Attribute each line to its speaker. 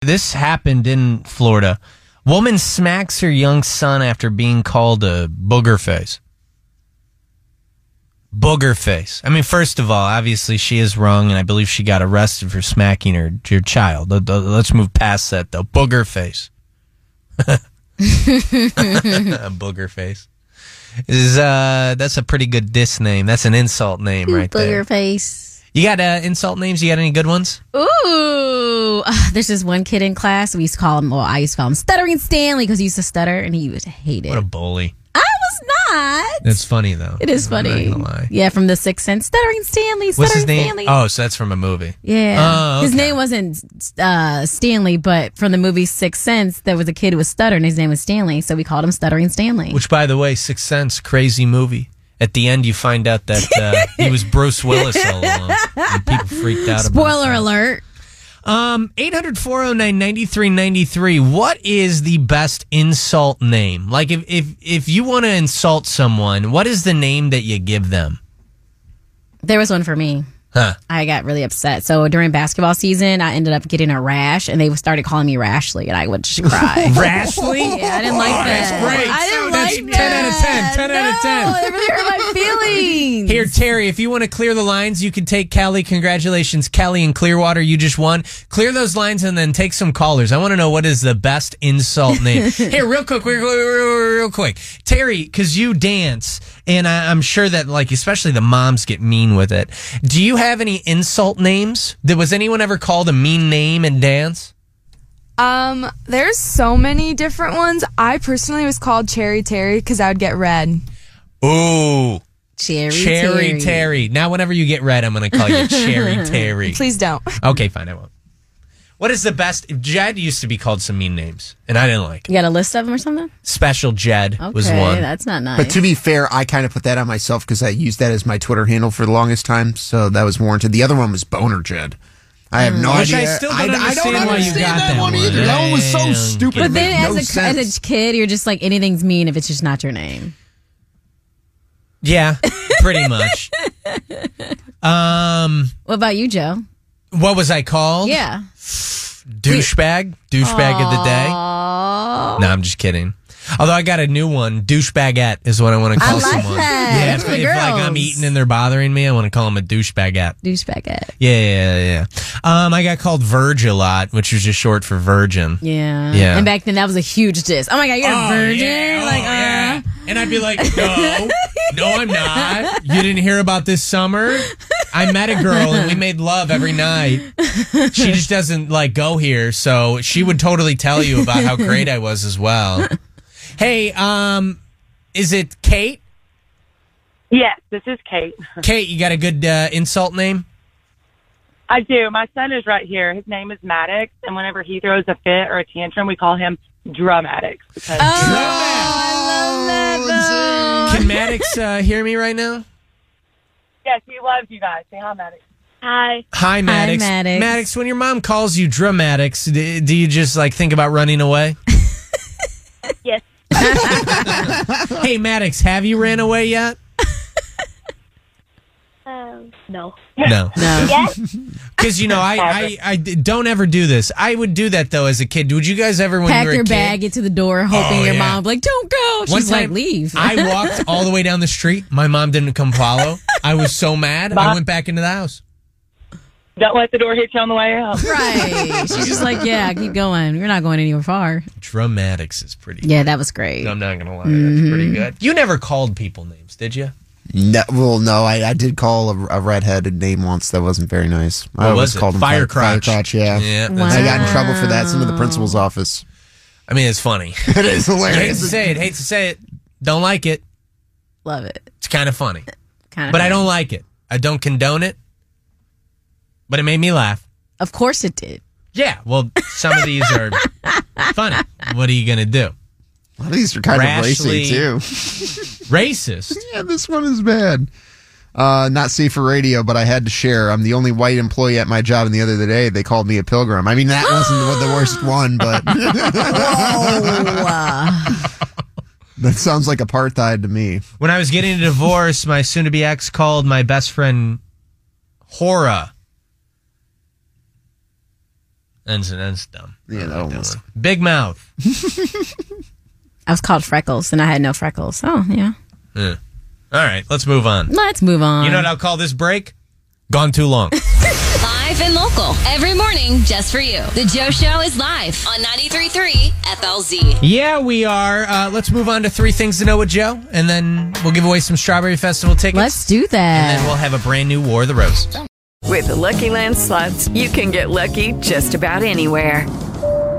Speaker 1: This happened in Florida. Woman smacks her young son after being called a booger face. Booger face. I mean, first of all, obviously she is wrong, and I believe she got arrested for smacking her your child. Let- let- Let's move past that though. Booger face. booger face is uh that's a pretty good diss name. That's an insult name right there.
Speaker 2: Booger face.
Speaker 1: You got uh, insult names? You got any good ones?
Speaker 2: Ooh, Ugh, there's this one kid in class. We used to call him, well, I used to call him Stuttering Stanley because he used to stutter and he would hate it.
Speaker 1: What a
Speaker 2: I
Speaker 1: bully.
Speaker 2: was not.
Speaker 1: That's funny though.
Speaker 2: It is
Speaker 1: I'm not
Speaker 2: funny.
Speaker 1: gonna lie.
Speaker 2: Yeah, from The Sixth Sense. Stuttering Stanley. Stuttering
Speaker 1: What's his name?
Speaker 2: Stanley.
Speaker 1: Oh, so that's from a movie.
Speaker 2: Yeah.
Speaker 1: Oh,
Speaker 2: His
Speaker 1: okay.
Speaker 2: name wasn't uh, Stanley, but from the movie Sixth Sense, there was a kid who was stuttering. His name was Stanley, so we called him Stuttering Stanley.
Speaker 1: Which, by the way, Sixth Sense, crazy movie. At the end, you find out that uh, he was Bruce Willis all along, and people freaked out.
Speaker 2: Spoiler
Speaker 1: about
Speaker 2: alert.
Speaker 1: that. Um, 800-409-9393. What is the best insult name? Like, if if if you want to insult someone, what is the name that you give them?
Speaker 2: There was one for me.
Speaker 1: Huh?
Speaker 2: I got really upset. So during basketball season, I ended up getting a rash, and they started calling me Rashly, and I would just cry.
Speaker 1: Rashly.
Speaker 2: Yeah, I didn't like that.
Speaker 1: great.
Speaker 2: I didn't
Speaker 1: That's
Speaker 2: like
Speaker 1: 10 out of 10,
Speaker 2: that.
Speaker 1: 10 out of 10.
Speaker 2: No, it really hurt my feelings.
Speaker 1: Here, Terry, if you want to clear the lines, you can take Callie. Congratulations, Callie and Clearwater. You just won. Clear those lines and then take some callers. I want to know what is the best insult name. Here, real quick, real, real, real quick. Terry, because you dance, and I, I'm sure that, like, especially the moms get mean with it. Do you have any insult names? Did, was anyone ever called a mean name in dance?
Speaker 3: Um, there's so many different ones. I personally was called Cherry Terry because I would get red.
Speaker 1: Ooh,
Speaker 2: Cherry,
Speaker 1: Cherry
Speaker 2: Terry.
Speaker 1: Terry. Now, whenever you get red, I'm going to call you Cherry Terry.
Speaker 3: Please don't.
Speaker 1: Okay, fine, I won't. What is the best? Jed used to be called some mean names, and I didn't like it.
Speaker 2: You got a list of them or something?
Speaker 1: Special Jed
Speaker 2: Okay,
Speaker 1: was one.
Speaker 2: that's not nice.
Speaker 4: But to be fair, I kind of put that on myself because I used that as my Twitter handle for the longest time, so that was warranted. The other one was Boner Jed. I have no
Speaker 1: Which Mm. I
Speaker 4: idea.
Speaker 1: still don't understand why you got
Speaker 4: that,
Speaker 1: that
Speaker 4: one
Speaker 1: one.
Speaker 4: either. That one was
Speaker 1: Yeah.
Speaker 4: so stupid.
Speaker 2: But
Speaker 4: It
Speaker 2: then,
Speaker 4: made
Speaker 2: as,
Speaker 4: no
Speaker 2: a, as
Speaker 4: sense.
Speaker 2: a kid, you're just like anything's mean if it's just not your name.
Speaker 1: Yeah, pretty much. um,
Speaker 2: What about you, Joe?
Speaker 1: what was I called?
Speaker 2: Yeah.
Speaker 1: douchebag, douchebag of the day. No, I'm just kidding. Although I got a new one, douchebagette is what I want to call
Speaker 2: like
Speaker 1: someone.
Speaker 2: that.
Speaker 1: Yeah,
Speaker 2: That's
Speaker 1: if,
Speaker 2: for
Speaker 1: if like I'm
Speaker 2: girls.
Speaker 1: eating and they're bothering me, I want to call them a douchebagette.
Speaker 2: Douchebag at.
Speaker 1: Yeah, yeah, yeah, yeah. Um, I got called Verge a lot, which was just short for virgin.
Speaker 2: Yeah.
Speaker 1: Yeah.
Speaker 2: And back then, that was a huge diss. Oh my God, you're a virgin? like, uh,
Speaker 1: Oh, And I'd be like, no, no, I'm not. You didn't hear about this summer? I met a girl and we made love every night. She just doesn't like go here, so she would totally tell you about how great I was as well. Hey, um, is it Kate?
Speaker 5: Yes, this is Kate.
Speaker 1: Kate, you got a good uh, insult name?
Speaker 5: I do. My son is right here. His name is Maddox, and whenever he throws a fit or a tantrum, we call him Dramatics. Because
Speaker 2: Oh,
Speaker 1: Can Maddox uh, hear me right now?
Speaker 5: yes, he loves you guys. Say hi, Maddox. Hi.
Speaker 1: Hi, Maddox.
Speaker 2: Maddox.
Speaker 1: when your mom calls you dramatics, d- do you just like think about running away?
Speaker 5: Yes.
Speaker 1: hey, Maddox, have you ran away yet?
Speaker 5: Um, no.
Speaker 1: No.
Speaker 2: no.
Speaker 1: Because, you know, I, I, I d- don't ever do this. I would do that, though, as a kid. Would you guys ever, when you
Speaker 2: Pack
Speaker 1: were
Speaker 2: your
Speaker 1: a kid?
Speaker 2: bag, get to the door, hoping
Speaker 1: Oh,
Speaker 2: your
Speaker 1: yeah.
Speaker 2: mom, like, don't go. She's
Speaker 1: One
Speaker 2: like,
Speaker 1: time,
Speaker 2: leave.
Speaker 1: I walked all the way down the street. My mom didn't come follow. I was so mad. I went back into the house.
Speaker 5: Don't let the door hit you on the way out.
Speaker 2: right. She's just like, yeah, keep going. You're not going anywhere far.
Speaker 1: Dramatics is pretty.
Speaker 2: Yeah, that was great.
Speaker 1: I'm not going to lie. That's pretty good. You never called people names, did you?
Speaker 4: No, well, no, I, I did call a, a redheaded name once that wasn't very nice. I
Speaker 1: What
Speaker 4: always
Speaker 1: was it?
Speaker 4: called him Fire-
Speaker 1: Firecrotch.
Speaker 4: Firecrotch, yeah.
Speaker 1: Yeah.
Speaker 2: Wow.
Speaker 1: that's-
Speaker 4: I got in trouble for that. Some of the principal's office.
Speaker 1: I mean, it's funny.
Speaker 4: it is
Speaker 1: hate to
Speaker 4: hilarious.
Speaker 1: say it. Hate to say it. Don't like it.
Speaker 2: Love it.
Speaker 1: It's kind of funny,
Speaker 2: Kind of.
Speaker 1: but I don't like it. I don't condone it. But it made me laugh.
Speaker 2: Of course it did.
Speaker 1: Yeah, well, some of these are funny. What are you going to do?
Speaker 4: A lot of these are kind
Speaker 1: Rashly-
Speaker 4: of racy too.
Speaker 1: Racist.
Speaker 4: yeah, this one is bad. Uh, not safe for radio, but I had to share. I'm the only white employee at my job, and the other day they called me a pilgrim. I mean, that wasn't the, the worst one, but that sounds like apartheid to me.
Speaker 1: When I was getting a divorce, my soon to be ex called my best friend Hora. That's, that's dumb.
Speaker 4: Yeah, that almost.
Speaker 1: Big mouth.
Speaker 2: I was called Freckles and I had no freckles. Oh, yeah.
Speaker 1: Yeah. All right, let's move on.
Speaker 2: Let's move on.
Speaker 1: You know what I'll call this break? Gone too long.
Speaker 6: Live and local. Every morning, just for you. The Joe Show is live on 93.3 FLZ.
Speaker 1: yeah, we are. Uh, let's move on to three things to know with Joe, and then we'll give away some Strawberry Festival tickets.
Speaker 2: Let's do
Speaker 1: and then
Speaker 2: that.
Speaker 1: we'll have a brand new War of the Rose.
Speaker 7: With the Lucky Land slots, you can get lucky just about anywhere.